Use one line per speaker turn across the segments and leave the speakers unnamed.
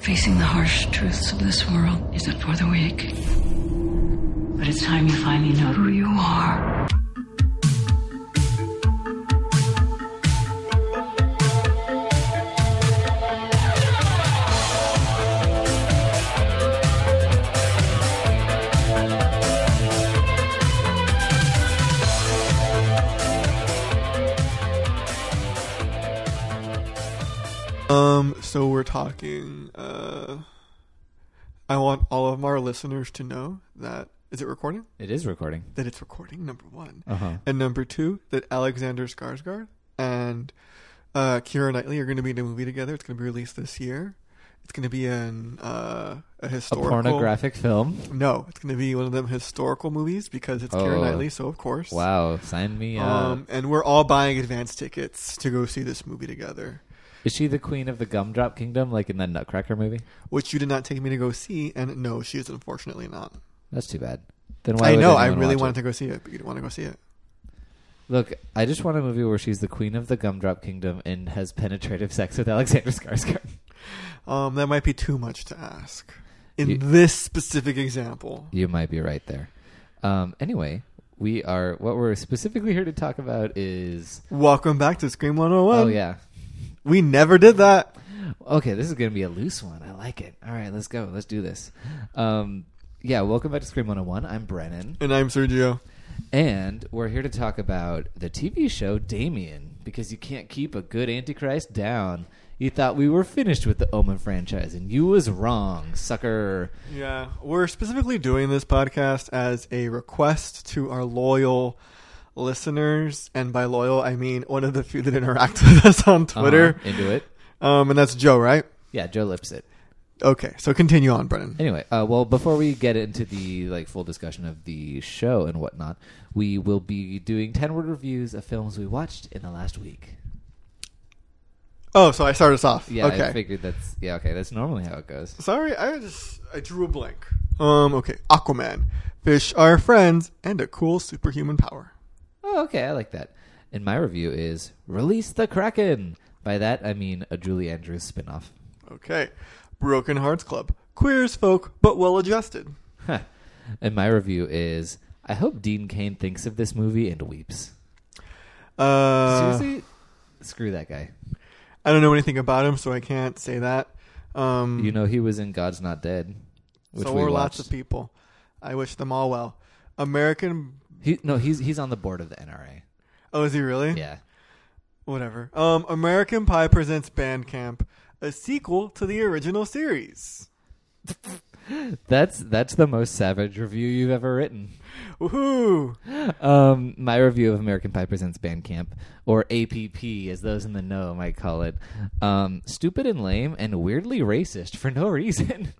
Facing the harsh truths of this world isn't for the weak. But it's time you finally know who you are.
Um, so we're talking. Uh, I want all of our listeners to know that is it recording?
It is recording.
That it's recording. Number one,
Uh huh.
and number two, that Alexander Skarsgård and uh, Kira Knightley are going to be in a movie together. It's going to be released this year. It's going to be an uh, a
A
historical.
pornographic film.
No, it's going to be one of them historical movies because it's Kira
Oh.
Knightley, so of course.
Wow. Sign me up.
Um, and we're all buying advance tickets to go see this movie together,
is she the queen of the Gumdrop Kingdom, like in the Nutcracker movie?
which you did not take me to go see, and no, she is unfortunately not.
That's too bad. Then why
I
would
know. I
anyone
really
watch
wanted
it?
to go see it, but you didn't want to go see it.
Look, I just want a movie where she's the queen of the Gumdrop Kingdom and has penetrative sex with Alexander Skarsgård.
Um, that might be too much to ask in
You-
this specific example.
You might be right there. Um, anyway, we are what we're specifically here to talk about is
Welcome back to Scream 101.
oh yeah.
We never did that.
Okay, this is going to be a loose one. I like it. All right, let's go. Let's do this. Um, yeah, welcome back to Scream 101. I'm Brennan,
And I'm Sergio.
and we're here to talk about the TV show Damien because you can't keep a good Antichrist down. You thought we were finished with the Omen franchise, and you was wrong, sucker.
Yeah, we're specifically doing this podcast as a request to our loyal listeners, and by loyal I mean one of the few that interact with us on Twitter.
Uh-huh, into it.
Um, and that's Joe, right?
Yeah, Joe lips it.
Okay, so continue on, Brennan.
Anyway, uh, well, before we get into the like full discussion of the show and whatnot, we will be doing ten word reviews of films we watched in the last week.
Oh, so I start us off.
Yeah,
okay.
I figured that's yeah. Okay, that's normally how it goes.
Sorry, I just I drew a blank. Um, okay, Aquaman. Fish are friends and a cool superhuman power.
Oh, okay, I like that. And my review is "Release the Kraken." By that, I mean a Julie Andrews spinoff.
Okay, Broken Hearts Club. Queer as folk, but well adjusted.
Huh. And my review is "I hope Dean Kane thinks of this movie and weeps."
Uh,
Seriously, screw that guy.
I don't know anything about him, so I can't say that. Um,
You know he was in God's Not Dead, which
so
we
were lots
watched.
of people. I wish them all well. American.
He, no, he's he's on the board of the NRA.
Oh, is he really?
Yeah.
Whatever. Um, American Pie presents Bandcamp, a sequel to the original series.
That's that's the most savage review you've ever written.
Woohoo!
Um, my review of American Pie Presents Bandcamp, or APP, as those in the know might call it, um, stupid and lame and weirdly racist for no reason.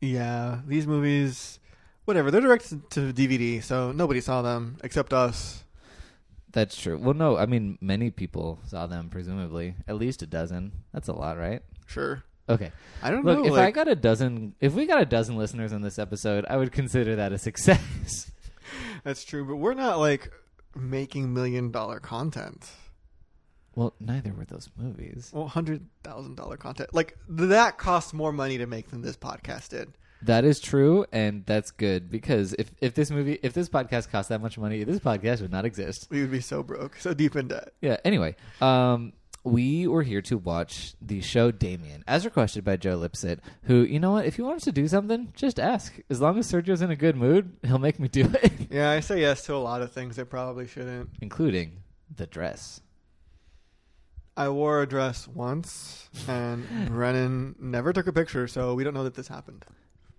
Yeah, these movies, whatever. They're directed to DVD, so nobody saw them except us.
that's true. Well, no, I mean many people saw them, presumably at least a dozen. That's a lot, right?
Sure.
Okay.
I don't
Look,
know.
if I
like,
got a dozen, if we got a dozen listeners on this episode, I would consider that a success.
that's true, but we're not like making million dollar content.
well, neither were those movies.
Well, hundred thousand dollar content. Like th- that costs more money to make than this podcast did.
That is true, and that's good because if if this movie, if this podcast cost that much money, this podcast would not exist.
We would be so broke, so deep in debt.
Yeah. Anyway, um, we were here to watch the show Damien, as requested by Joe Lipsit, who, you know what, if you want us to do something, just ask. As long as Sergio's in a good mood, he'll make me do it,
Yeah, I say yes to a lot of things I probably shouldn't.
including the dress.
I wore a dress once, and Brennan never took a picture, so we don't know that this happened.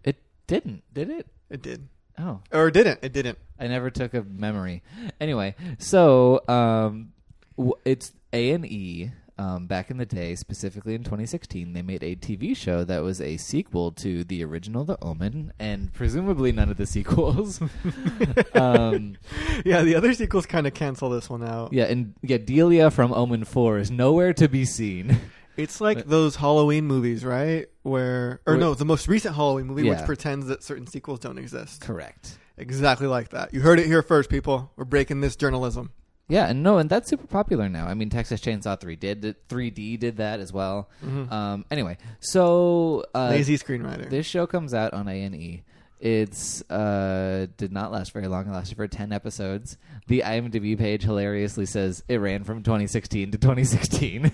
It didn't, did it?
It did,
Oh,
or it didn't. It didn't.
I never took a memory. Anyway, so um, w- it's A and E. Um, back in the day, specifically in 2016, they made a TV show that was a sequel to the original The Omen, and presumably none of the sequels. um,
Yeah, the other sequels kind of cancel this one out.
Yeah, and yeah, Delia from Omen Four is nowhere to be seen.
It's like those Halloween movies, right? Where or
Wh-
no, the most recent Halloween movie which
Yeah.
pretends that certain sequels don't exist.
Correct.
Exactly like that. You heard it here first, people. We're breaking this journalism.
Yeah, and no, and that's super popular now. I mean, Texas Chainsaw Three did three D did that as well. Um, anyway, so uh,
Lazy screenwriter.
this show comes out on A and E. It's uh, did not last very long. It lasted for ten episodes. The IMDb page hilariously says it ran from 2016 to 2016.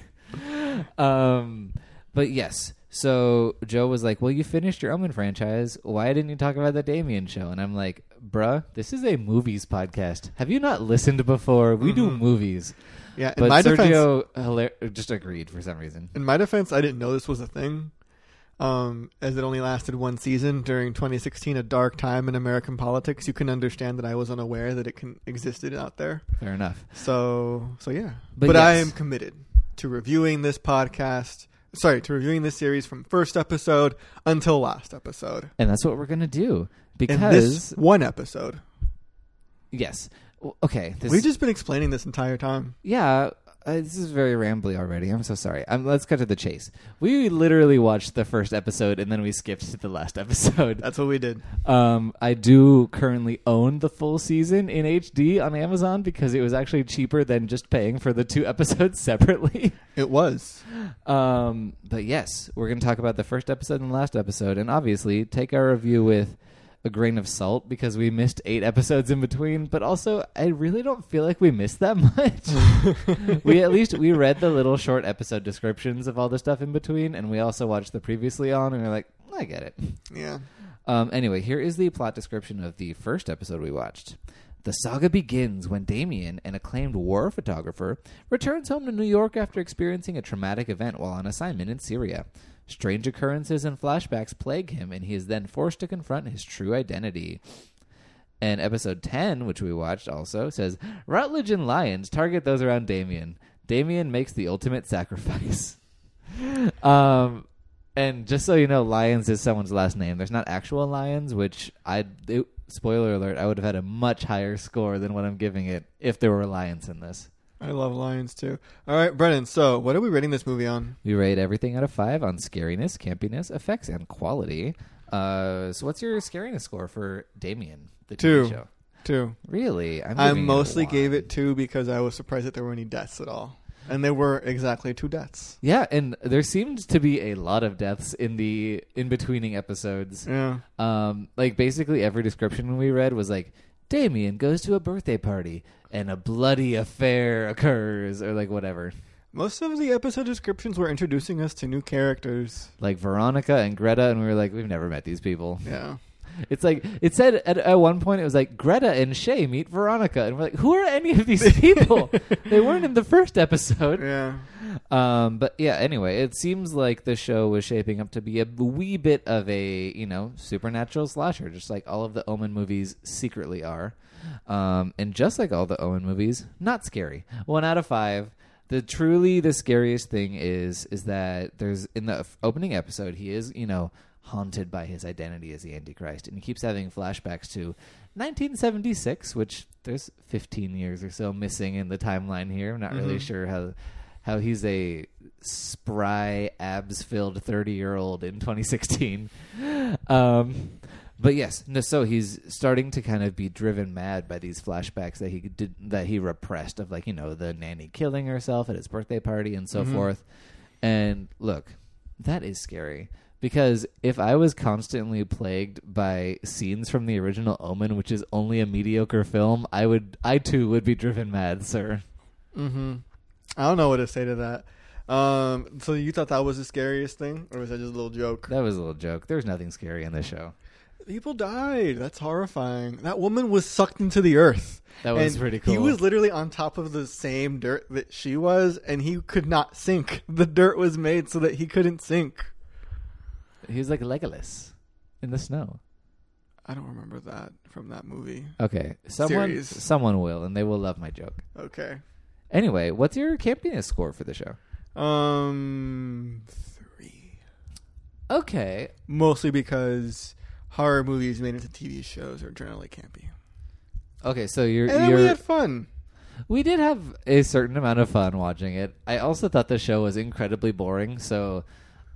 um, but yes, so Joe was like, "Well, you finished your Omen franchise. Why didn't you talk about the Damien show?" And I'm like, "Bruh, this is a movies podcast. Have you not listened before? We do movies."
Mm-hmm. yeah, in
But
my defense,
Sergio hilar- just agreed for some reason.
in my defense, I didn't know this was a thing. Um, as it only lasted one season during 2016, a dark time in American politics, you can understand that I was unaware that it can existed out there.
Fair enough.
So, so yeah.
But
But, I
yes.
am committed to reviewing this podcast. Sorry, to reviewing this series from first episode until last episode.
And that's what we're gonna do
In
because
this one episode,
Yes. W- Okay. This,
we've just been explaining this entire time.
yeah. Uh, this is very rambly already. I'm so sorry. Um, let's cut to the chase. We literally watched the first episode and then we skipped to the last episode.
That's what we did.
Um, I do currently own the full season in HD on Amazon because it was actually cheaper than just paying for the two episodes separately.
It was.
Um, but yes, we're going to talk about the first episode and the last episode, and obviously take our review with a grain of salt because we missed eight episodes in between. But also, I really don't feel like we missed that much. we at least we read the little short episode descriptions of all the stuff in between, and we also watched the previously on, and we're like, I get it.
Yeah.
Um, anyway, here is the plot description of the first episode we watched. The saga begins when Damien, an acclaimed war photographer, returns home to New York after experiencing a traumatic event while on assignment in Syria. Strange occurrences and flashbacks plague him, and he is then forced to confront his true identity. And episode 10, which we watched also, says Routledge and Lions target those around Damien. Damien makes the ultimate sacrifice. um, and just so you know, Lions is someone's last name. There's not actual Lions, which I. It, spoiler alert, I would have had a much higher score than what I'm giving it if there were Lions in this.
I love lions too. All right, Brennan. So, what are we rating this movie on?
We rate everything out of five on scariness, campiness, effects, and quality. Uh, so, what's your scariness score for Damien, the TV
Two.
show?
Two.
Really? I'm
I
giving it a
mostly
one.
gave it two because I was surprised that there were any deaths at all, and there were exactly two deaths.
Yeah, and there seemed to be a lot of deaths in the in betweening episodes.
Yeah.
Um, like basically every description we read was like Damien goes to a birthday party and a bloody affair occurs or like whatever.
Most of the episode descriptions were introducing us to new characters.
Like Veronica and Greta and we were like we've never met these people.
Yeah.
It's like it said at, at one point it was like Greta and Shay meet Veronica and we're like who are any of these people? they weren't in the first episode.
Yeah.
Um, but yeah, anyway, it seems like the show was shaping up to be a wee bit of a you know supernatural slasher, just like all of the Omen movies secretly are, um, and just like all the Omen movies, not scary. One out of five. The truly the scariest thing is is that there's in the f- opening episode he is you know haunted by his identity as the Antichrist, and he keeps having flashbacks to 1976, which there's 15 years or so missing in the timeline here. I'm not really sure how how he's a spry, abs filled 30 year old in 2016. Um, but yes, no, so he's starting to kind of be driven mad by these flashbacks that he did that he repressed of like you know the nanny killing herself at his birthday party and so forth. And look, that is scary because if I was constantly plagued by scenes from the original Omen, which is only a mediocre film, I would, I too would be driven mad, sir.
Mm-hmm. I don't know what to say to that. Um, so you thought that was the scariest thing, or was that just a little joke?
That was a little joke. There's nothing scary in this show.
People died. That's horrifying. That woman was sucked into the earth.
That was
And
pretty cool.
He was literally on top of the same dirt that she was, and he could not sink. The dirt was made so that he couldn't sink.
He was like Legolas in the snow.
I don't remember that from that movie.
Okay, someone,
Series.
someone will, and they will love my joke.
Okay.
Anyway, what's your campiness score for the show?
Um, three.
Okay,
Mostly because horror movies made into TV shows are generally campy.
okay, so you're
And then
you're
we had fun.
We did have a certain amount of fun watching it. I also thought the show was incredibly boring, so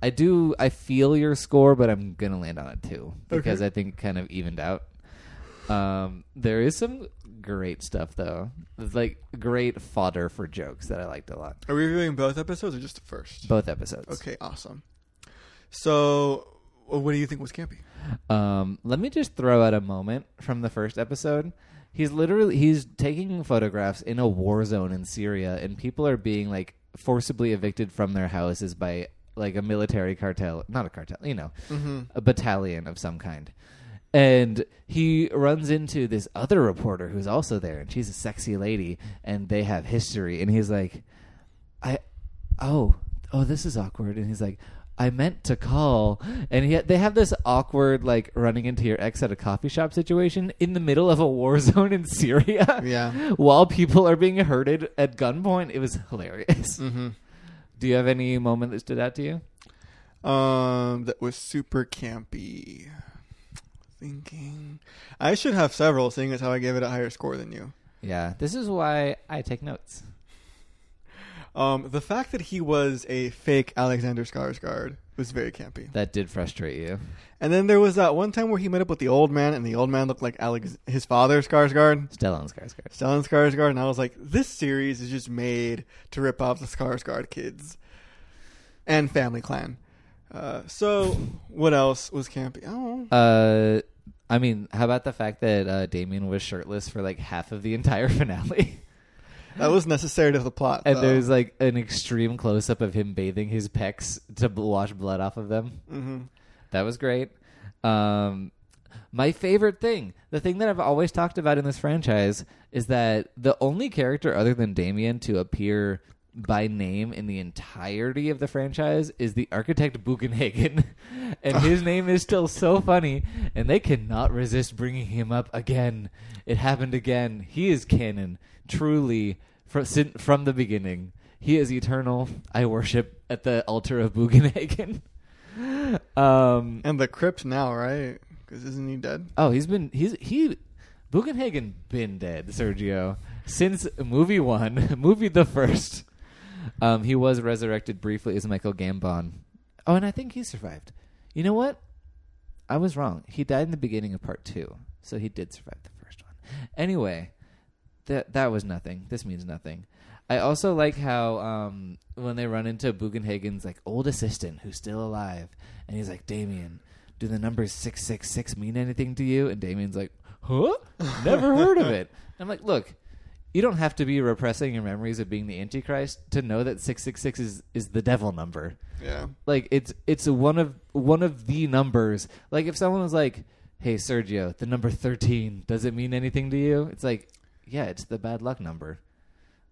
I do I feel your score, but I'm gonna land on it too because
Okay.
I think it kind of evened out. Um, there is some great stuff though, It's like great fodder for jokes that I liked a lot.
Are we reviewing both episodes or just the first?
Both episodes.
Okay, awesome. So, uh, what do you think was campy?
Um, let me just throw out a moment from the first episode. He's literally he's taking photographs in a war zone in Syria, and people are being like forcibly evicted from their houses by like a military cartel, not a cartel, you know, a battalion of some kind. And he runs into this other reporter who's also there, and she's a sexy lady, and they have history. And he's like, I, oh, oh, this is awkward. And he's like, I meant to call. And yet they have this awkward, like, running into your ex at a coffee shop situation in the middle of a war zone in Syria.
Yeah.
While people are being herded at gunpoint. It was hilarious. Do you have any moment that stood out to you?
Um, that was super campy. Thinking, I should have several, seeing as how I gave it a higher score than you.
Yeah. This is why I take notes.
Um, the fact that he was a fake Alexander Skarsgård was very campy.
That did frustrate you.
And then there was that one time where he met up with the old man, and the old man looked like Alex, his father, Skarsgård.
Stellan Skarsgård.
Stellan Skarsgård, and I was like, this series is just made to rip off the Skarsgård kids and Family Clan. Uh, so, what else was campy? Oh,
Uh, I mean, how about the fact that uh, Damien was shirtless for like half of the entire finale?
that was necessary to the plot.
And
though.
there's like an extreme close up of him bathing his pecs to bl- wash blood off of them.
Mhm.
That was great. Um, my favorite thing, the thing that I've always talked about in this franchise, is that the only character other than Damien to appear by name in the entirety of the franchise is the architect Bugenhagen. and his name is still so funny, and they cannot resist bringing him up again. It happened again. He is canon, truly, from, from the beginning. He is eternal. I worship at the altar of Bugenhagen. Um,
and the crypt now, right? Because isn't he dead?
Oh, he's been he's he Bugenhagen been dead, Sergio, since movie one, movie the first. Um, he was resurrected briefly as Michael Gambon. Oh, and I think he survived. You know what? I was wrong. He died in the beginning of part two, so he did survive the first one. Anyway, that that was nothing. This means nothing. I also like how um, when they run into Bugenhagen's like old assistant who's still alive, and he's like, Damien, do the numbers six six six mean anything to you? And Damien's like, Huh? Never heard of it. And I'm like, look, you don't have to be repressing your memories of being the Antichrist to know that six six six is is the devil number
Yeah.
like it's it's one of one of the numbers like if someone was like hey sergio the number 13 does it mean anything to you it's like yeah it's the bad luck number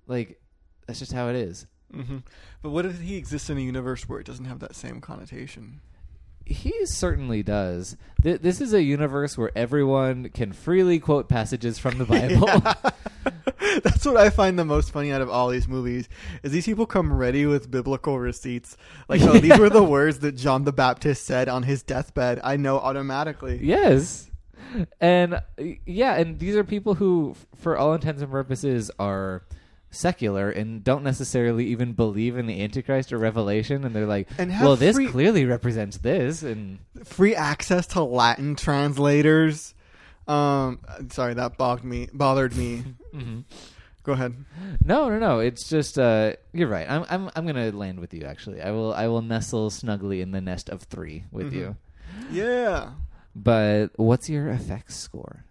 like that's just how it is
hmm But what if he exists in a universe where it doesn't have that same connotation?
he certainly does Th- this is a universe where everyone can freely quote passages from the bible
That's what I find the most funny out of all these movies is these people come ready with biblical receipts. Like, oh, these were the words that John the Baptist said on his deathbed. I know automatically.
Yes. And uh, yeah, and these are people who, f- for all intents and purposes, are secular and don't necessarily even believe in the Antichrist or Revelation. And they're like,
And have
well, this
free-
clearly represents this. And
Free access to Latin translators. Um, sorry, that bogged me, bothered me. Go ahead.
no, no, no. It's just, uh, you're right. I'm, I'm, I'm going to land with you, actually. I will, I will nestle snugly in the nest of three with
Mm-hmm.
you.
Yeah,
But what's your effects score?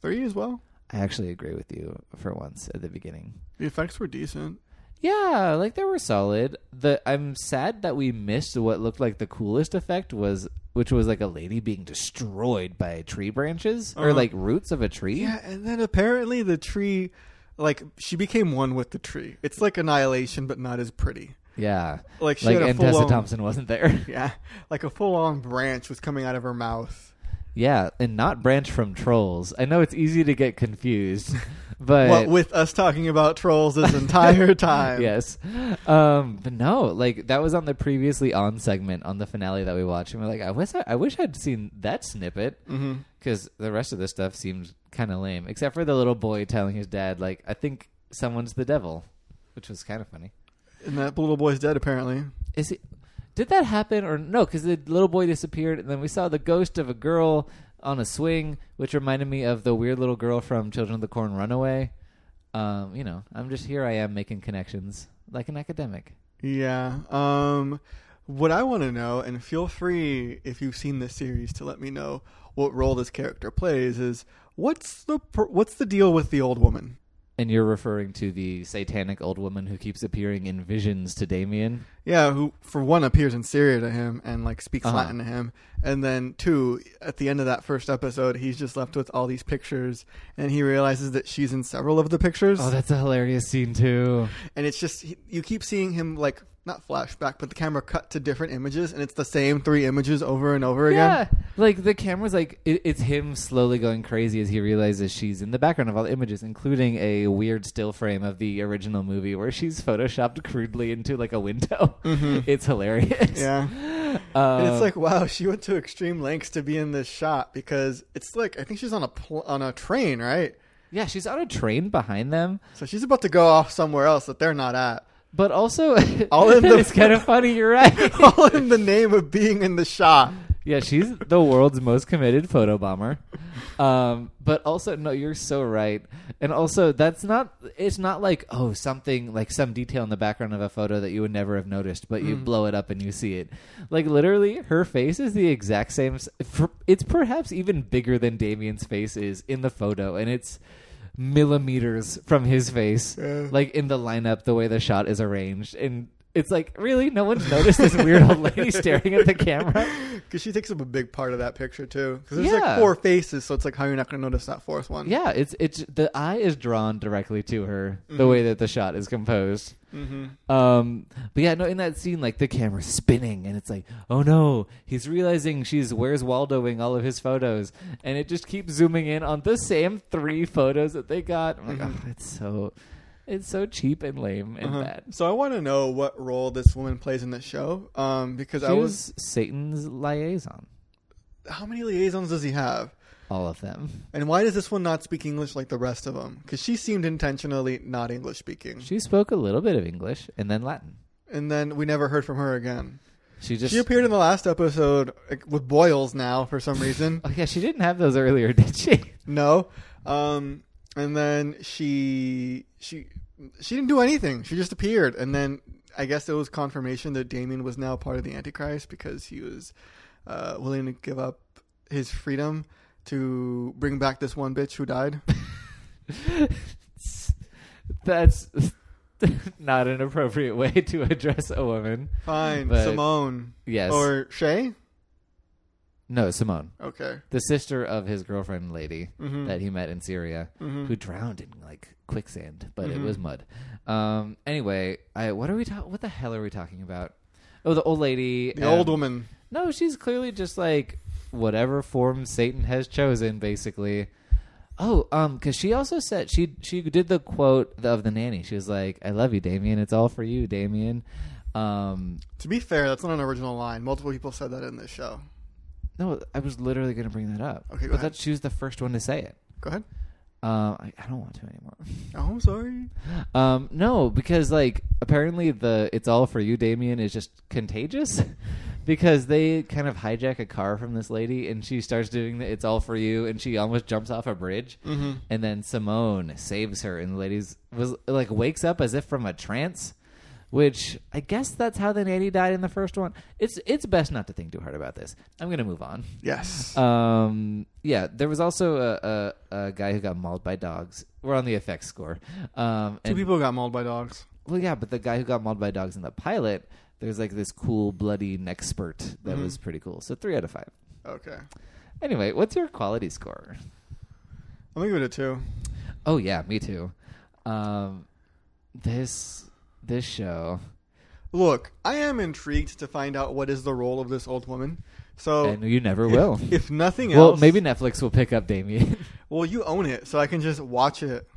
three as well.
I actually agree with you for once at the beginning.
The effects were decent.
Yeah, like they were solid. The I'm sad that we missed what looked like the coolest effect was which was like a lady being destroyed by tree branches or
Uh-huh.
like roots of a tree.
Yeah, and then apparently the tree, like she became one with the tree. It's like annihilation, but not as pretty.
Yeah.
Like she
like
had a
and Tessa
full-on-
Thompson wasn't there.
Yeah, like a full on branch was coming out of her mouth.
yeah, and not branch from trolls. I know it's easy to get confused, but
What with us talking about trolls this entire time.
yes. Um, but no, like that was on the previously on segment on the finale that we watched, and we're like, I wish I, I wish I'd seen that snippet because the rest of this stuff seemed kind of lame, except for the little boy telling his dad, like, I think someone's the devil, which was kind of funny.
And that little boy's dead apparently.
Is it? Did that happen or no? Because the little boy disappeared, and then we saw the ghost of a girl on a swing, which reminded me of the weird little girl from Children of the Corn Runaway. Um, you know, I'm just here. I am making connections like an academic.
Yeah. Um, what I want to know, and feel free if you've seen this series to let me know what role this character plays, is what's the pr- what's the deal with the old woman?
And you're referring to the satanic old woman who keeps appearing in visions to Damien.
Yeah, who for one appears in Syria to him and like speaks
Uh-huh.
Latin to him, and then two at the end of that first episode, he's just left with all these pictures, and he realizes that she's in several of the pictures,
Oh, that's a hilarious scene too.
and it's just he- you keep seeing him like not flashback, but the camera cut to different images, and it's the same three images over and over again.
Yeah, like the camera's like it, it's him slowly going crazy as he realizes she's in the background of all the images, including a weird still frame of the original movie where she's photoshopped crudely into like a window. It's hilarious.
Mm-hmm. Yeah.
Um,
And it's like, wow, she went to extreme lengths to be in this shot because it's like I think she's on a pl- on a train, right?
yeah, she's on a train behind them,
So she's about to go off somewhere else that they're not at.
but also
All in the-
it's kind of funny. You're right.
All in the name of being in the shot.
Yeah, she's the world's most committed photo bomber. Um, but also, no, you're so right. And also, that's not. It's not like oh, something like some detail in the background of a photo that you would never have noticed, but you blow it up and you see it. Like literally, her face is the exact same. s- for- It's perhaps even bigger than Damien's face is in the photo, and it's millimeters from his face,
Yeah.
like in the lineup, the way the shot is arranged, and. It's like really no one's noticed this weird old lady staring at the camera.
Because she takes up a big part of that picture too. Because there's
Yeah.
like four faces, so it's like how you're not going to notice that fourth one.
Yeah, it's it's the eye is drawn directly to her the
Mm-hmm.
way that the shot is composed. Mm-hmm. Um, but yeah, no, in that scene, like the camera's spinning, and it's like, oh no, he's realizing she's where's Waldoing all of his photos, and it just keeps zooming in on the same three photos that they got. I'm like, oh, it's so, it's so cheap and lame and
Mm-hmm. Uh-huh.
bad.
So I want to know what role this woman plays in the show. Um, because I
She
was,
was Satan's liaison.
how many liaisons does he have?
All of them.
And why does this one not speak English like the rest of them? Because she seemed intentionally not English speaking.
She spoke a little bit of English and then Latin.
and then we never heard from her again.
She just
She appeared in the last episode like, with boils now for some reason.
Oh yeah, she didn't have those earlier, did she?
no, um, and then she she she didn't do anything. She just appeared, and then I guess it was confirmation that Damien was now part of the Antichrist because he was uh, willing to give up his freedom to bring back this one bitch who died.
That's not an appropriate way to address a woman.
Fine,
But-
Simone
Yes.
or Shay.
no, Simone,
Okay,
the sister of his girlfriend lady
Mhm.
that he met in Syria,
Mm-hmm.
who drowned in like quicksand, but it was mud. Um. Anyway, I what are we talking? What the hell are we talking about? Oh, the old lady.
the
um,
old woman.
No, she's clearly just like whatever form Satan has chosen, basically. Oh, um, because she also said she she did the quote of the nanny. She was like, "I love you, Damien. It's all for you, Damien." Um,
To be fair, that's not an original line. Multiple people said that in this show.
no, I was literally going to bring that up.
Okay, go
but
ahead.
that she was the first one to say it.
Go ahead.
Um, I, I don't want to anymore.
Oh, I'm sorry.
Um, no, because like apparently the "It's all for you, Damien" is just contagious, because they kind of hijack a car from this lady, and she starts doing the "It's all for you," and she almost jumps off a bridge, and then Simone saves her, and the lady's was like wakes up as if from a trance. Which I guess that's how the nanny died in the first one. It's it's best not to think too hard about this. I'm gonna move on.
Yes.
Um, yeah, there was also a, a, a guy who got mauled by dogs. We're on the effects score. Um,
Two
and
people got mauled by dogs.
well, yeah, but the guy who got mauled by dogs in the pilot, there's like this cool bloody neck spurt that was pretty cool. So three out of five.
Okay. I'm
Anyway, what's your quality score?
gonna give it a two.
Oh yeah, me too. Um, this this show,
Look, I am intrigued to find out what is the role of this old woman. So
and you never will.
if nothing
well,
Oh. else
maybe Netflix will pick up Damien.
Well you own it, so I can just watch it.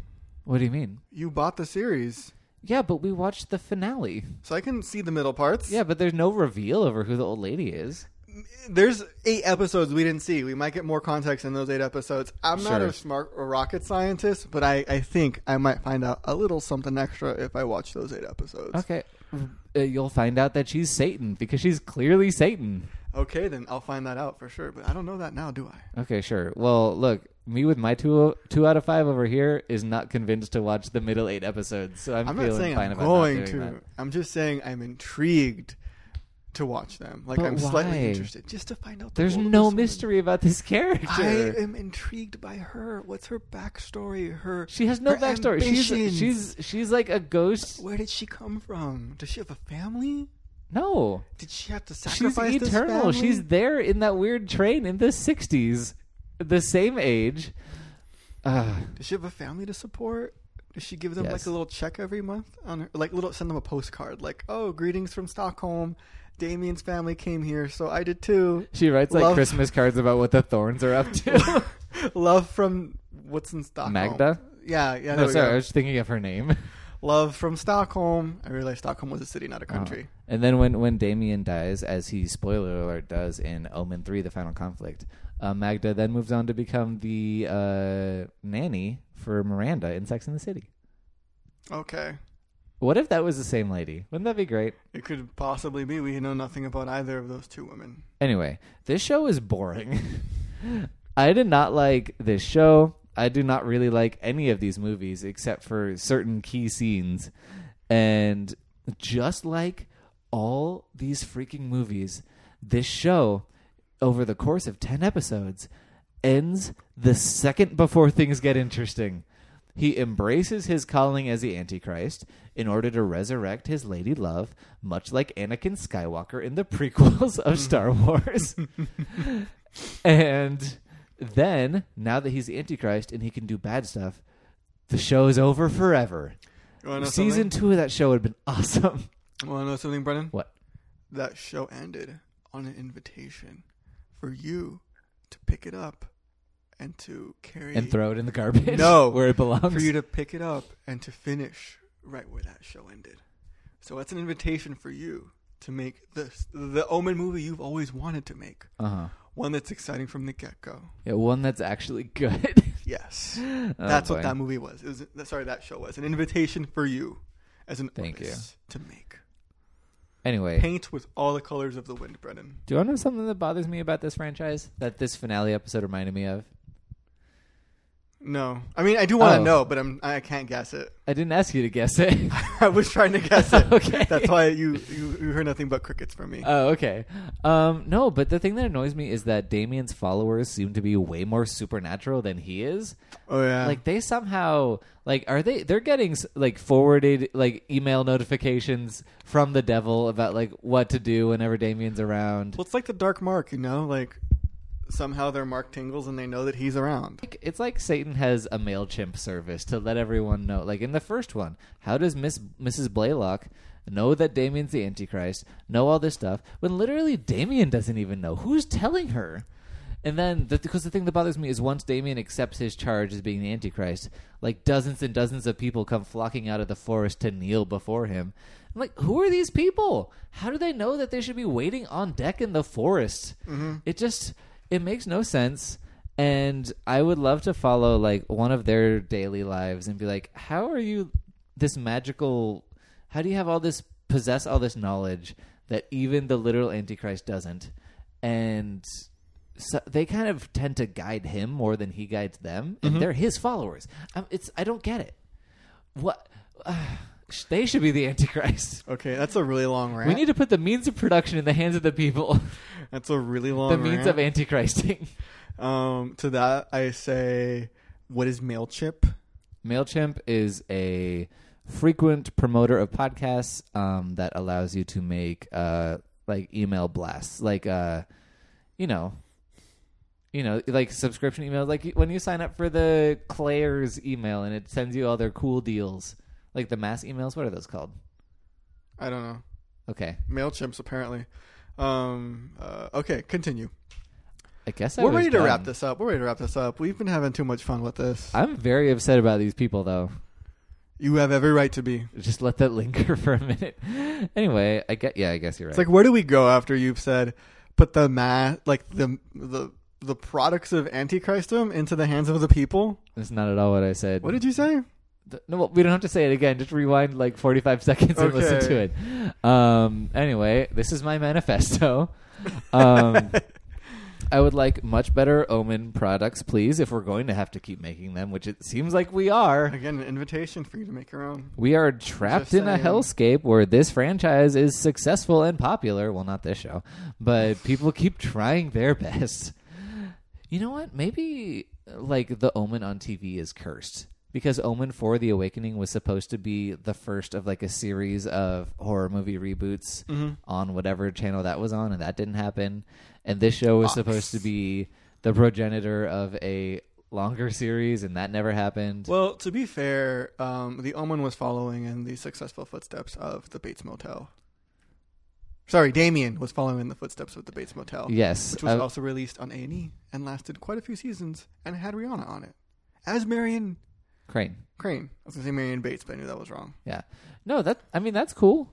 what do you mean?
You bought the series.
Yeah, but we watched the finale.
So I can see the middle parts.
Yeah, but there's no reveal over who the old lady is.
There's eight episodes we didn't see. We might get more context in those eight episodes. I'm not
Sure.
a smart or rocket scientist, but I, I think I might find out a little something extra if I watch those eight episodes.
Okay. Uh, you'll find out that she's Satan because she's clearly Satan.
Okay, then I'll find that out for sure. But I don't know that now, do I?
Okay, sure. Well, look, me with my two two out of five over here is not convinced to watch the middle eight episodes, so I'm,
I'm
feeling
not saying I'm
fine about
going
not
to.
doing that.
I'm just saying I'm intrigued to watch them. Like
But
I'm slightly
why?
interested just to find out. The
There's
world of
no
this woman.
mystery about this character.
I am intrigued by her. What's her backstory? Her
she has no
her
backstory.
ambitions.
She's she's she's like a ghost.
Where did she come from? Does she have a family?
No,
Did she have to
she's
sacrifice this
eternal.
family?
She's there in that weird train in the '60s, the same age. Uh,
Does she have a family to support? Does she give them like
Yes.
a little check every month on her, like little send them a postcard like oh greetings from Stockholm, Damien's family came here so I did too.
she writes like
Love-
Christmas cards about what the thorns are up to.
Love from what's in Stockholm?
Magda?
Yeah, yeah. There
no,
we
sorry, I
go.
was thinking of her name.
Love from Stockholm. I realized Stockholm was a city, not a country.
Uh, and then when when Damien dies, as he spoiler alert does in Omen three, the final conflict, uh, Magda then moves on to become the uh, nanny for Miranda in Sex in the City. Oh.
Okay,
What if that was the same lady? Wouldn't that be great?
it could possibly be. We know nothing about either of those two women.
Anyway, this show is boring. I did not like this show. I do not really like any of these movies except for certain key scenes. And just like all these freaking movies, this show, over the course of 10 episodes, ends the second before things get interesting. He embraces his calling as the Antichrist in order to resurrect his lady love, much like Anakin Skywalker in the prequels of Star Wars. and then, now that he's the Antichrist and he can do bad stuff, the show is over forever.
You wanna know
Season
something?
two of that show would have been awesome.
Want to know something, Brennan?
What?
That show ended on an invitation for you to pick it up and to carry
And throw it in the garbage?
No.
Where it belongs?
for you to pick it up and to finish right where that show ended. So that's an invitation for you to make the the Omen movie you've always wanted to make,
uh-huh.
one that's exciting from the get go.
Yeah, one that's actually good.
Yes,
Oh,
that's
boy.
what that movie was. It was that- sorry that show was an invitation for you as an
Thank you.
artist to make
Anyway.
paint with all the colors of the wind, Brennan.
Do you want to know something that bothers me about this franchise that this finale episode reminded me of?
No, I mean I do want to
Oh.
know, but I'm I can't guess it.
I didn't ask you to guess it.
I was trying to guess it.
Okay.
That's why you, you you heard nothing but crickets from me.
oh, okay. Um, no, but the thing that annoys me is that Damien's followers seem to be way more supernatural than he is.
oh yeah,
Like they somehow like are they they're getting s- like forwarded like email notifications from the devil about like what to do whenever Damien's around.
Well, it's like the dark mark, you know, like somehow their mark tingles and they know that he's around.
Like, It's like Satan has a Mailchimp service to let everyone know. Like in the first one, how does Miss Mrs. Blaylock know that Damien's the Antichrist? Know all this stuff when literally Damien doesn't even know who's telling her. And then, the, because the thing that bothers me is once Damien accepts his charge as being the Antichrist, like dozens and dozens of people come flocking out of the forest to kneel before him. I'm like, who are these people? How do they know that they should be waiting on deck in the forest? It just it makes no sense and I would love to follow like one of their daily lives and be like, how are you this magical? How do you have all this possess all this knowledge that even the literal Antichrist doesn't? And so they kind of tend to guide him more than he guides them, and they're his followers. Um, it's I don't get it. What they should be the Antichrist.
Okay, that's a really long rant.
We need to put the means of production in the hands of the people.
that's a really long
the means of
rant.
Antichristing.
um, to that, I say, what is MailChimp?
MailChimp is a frequent promoter of podcasts um, that allows you to make uh, like email blasts, like uh, you know, you know, like subscription emails, like when you sign up for the Claire's email and it sends you all their cool deals, like the mass emails. What are those called?
I don't know.
Okay,
MailChimps, apparently. Um, uh, okay, continue.
I guess I
We're
was
ready to
done.
wrap this up. We're ready to wrap this up. We've been having too much fun with this.
I'm very upset about these people, though.
you have every right to be.
Just let that linger for a minute. Anyway, I get. Yeah, I guess you're right.
It's like, where do we go after you've said, put the ma- like the the the products of antichristum into the hands of the people?
That's not at all what I said.
What did you say?
Th- No, well, we don't have to say it again. Just rewind like 45 seconds and listen to
Okay.
it. Um, anyway, this is my manifesto. Um, I would like much better Omen products, please, if we're going to have to keep making them, which it seems like we are.
Again, an invitation for you to make your own.
We are trapped
Just
in a
saying.
hellscape where this franchise is successful and popular. Well, not this show, but people keep trying their best. You know what? Maybe like the Omen on TV is cursed because Omen 4 The Awakening was supposed to be the first of like a series of horror movie reboots
Mm-hmm.
on whatever channel that was on and that didn't happen. And this show was supposed to be the progenitor of a longer series and that never happened.
Well, to be fair, um, the Omen was following in the successful footsteps of the Bates Motel. Sorry, Damien was following in the footsteps of the Bates Motel.
yes. Uh,
which was
I-
also released on A&E and lasted quite a few seasons and had Rihanna on it as Marion
Crane.
Crane. I was gonna say Marion Bates, but I knew that was wrong.
Yeah. No, that I mean that's cool.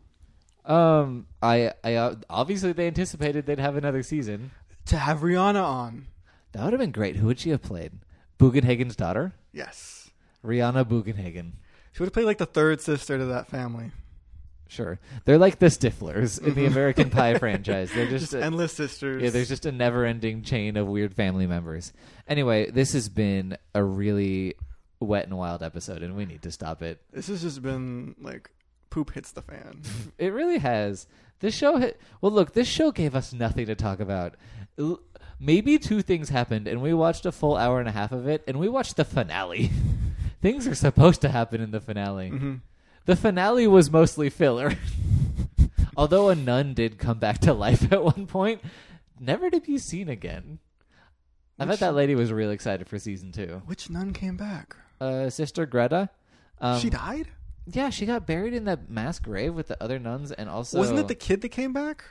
Um, I I uh, obviously they anticipated they'd have another season.
To have Rihanna on,
That would have been great. Who would she have played? Bugenhagen's daughter,
yes,
Rihanna Bugenhagen.
she would have played like the third sister to that family.
Sure, they're like the Stiflers in the American Pie franchise. They're just,
Mm-hmm. Just
a-
endless sisters.
Yeah, there's just a never ending chain of weird family members. Anyway, this has been a really wet and wild episode, and we need to stop it.
this has just been like poop hits the fan.
It really has. This show, ha- well, look, this show gave us nothing to talk about. L- Maybe two things happened, and we watched a full hour and a half of it, and we watched the finale. things are supposed to happen in the finale.
Mm-hmm.
The finale was mostly filler. Although a nun did come back to life at one point, never to be seen again. I bet
Which-
that lady was real excited for season two.
Which nun came back?
Uh, Sister Greta. Um,
she died.
yeah, she got buried in that mass grave with the other nuns, and also
Wasn't it the kid that came back?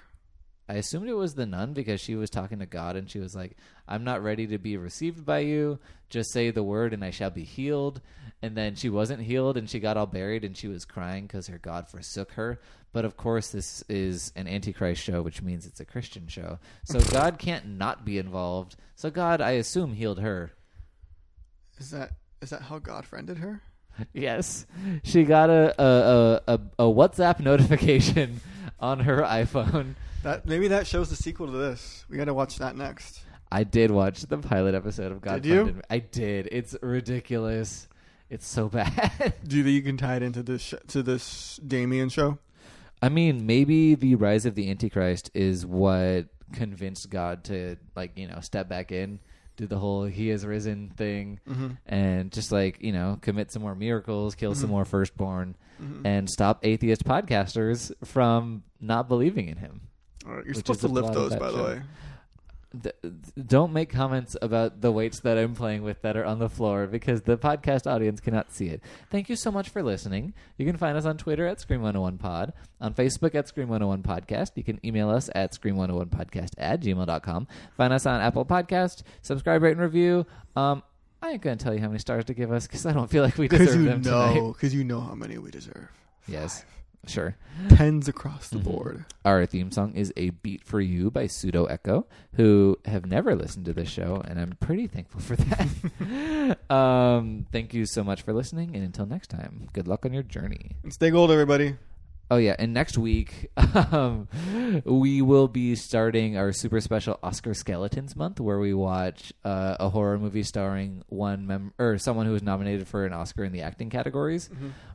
I assumed it was the nun because she was talking to God and she was like, I'm not ready to be received by you. Just say the word and I shall be healed. And then she wasn't healed and she got all buried and she was crying because her God forsook her. But of course, this is an Antichrist show, which means it's a Christian show. So God can't not be involved. So God, I assume, healed her.
Is that is that how God friended her?
Yes. She got a, a, a, a, a WhatsApp notification on her iPhone.
That maybe that shows the sequel to this. We got to watch that next.
I did watch the pilot episode of God.
Did you?
Funded Me. I did. It's ridiculous. It's so bad.
Do you think you can tie it into this sh- to this Damien show?
I mean, maybe the rise of the Antichrist is what convinced God to like you know step back in, do the whole "He is risen" thing,
Mm-hmm.
and just like you know commit some more miracles, kill
Mm-hmm.
some more firstborn, and stop atheist podcasters from not believing in Him.
All right, you're
Which is
supposed to
the
lift
plot of
those,
that
by the
show.
way.
th- th- don't make comments about the weights that I'm playing with that are on the floor because the podcast audience cannot see it. Thank you so much for listening. You can find us on Twitter at Scream101pod, on Facebook at Scream101podcast. You can email us at Scream101podcast at gmail.com. Find us on Apple Podcast. Subscribe, rate, and review. Um, I ain't going to tell you how many stars to give us because I don't feel like we
Because
deserve
you
them tonight.
know, because you know how many we deserve.
Yes, Mm-hmm. sure.
Tens across the board.
Our theme song is A Beat for You by Pseudo Echo, who have never listened to this show, and I'm pretty thankful for that. um, thank you so much for listening, and until next time, good luck on your journey.
And stay gold, everybody.
Oh, yeah, and next week, um, we will be starting our super special Oscar Skeletons Month, where we watch uh, a horror movie starring one mem- or someone who was nominated for an Oscar in the acting categories.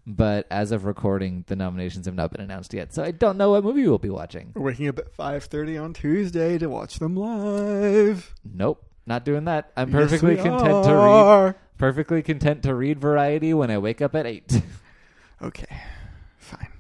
But as of recording, the nominations have not been announced yet, so I don't know what movie we'll be watching.
We're waking up at five thirty on Tuesday to watch them live.
Nope, not doing that. I'm
Yes,
perfectly
we
content to read.
are.
Perfectly content to read variety when I wake up at eight.
Okay, fine.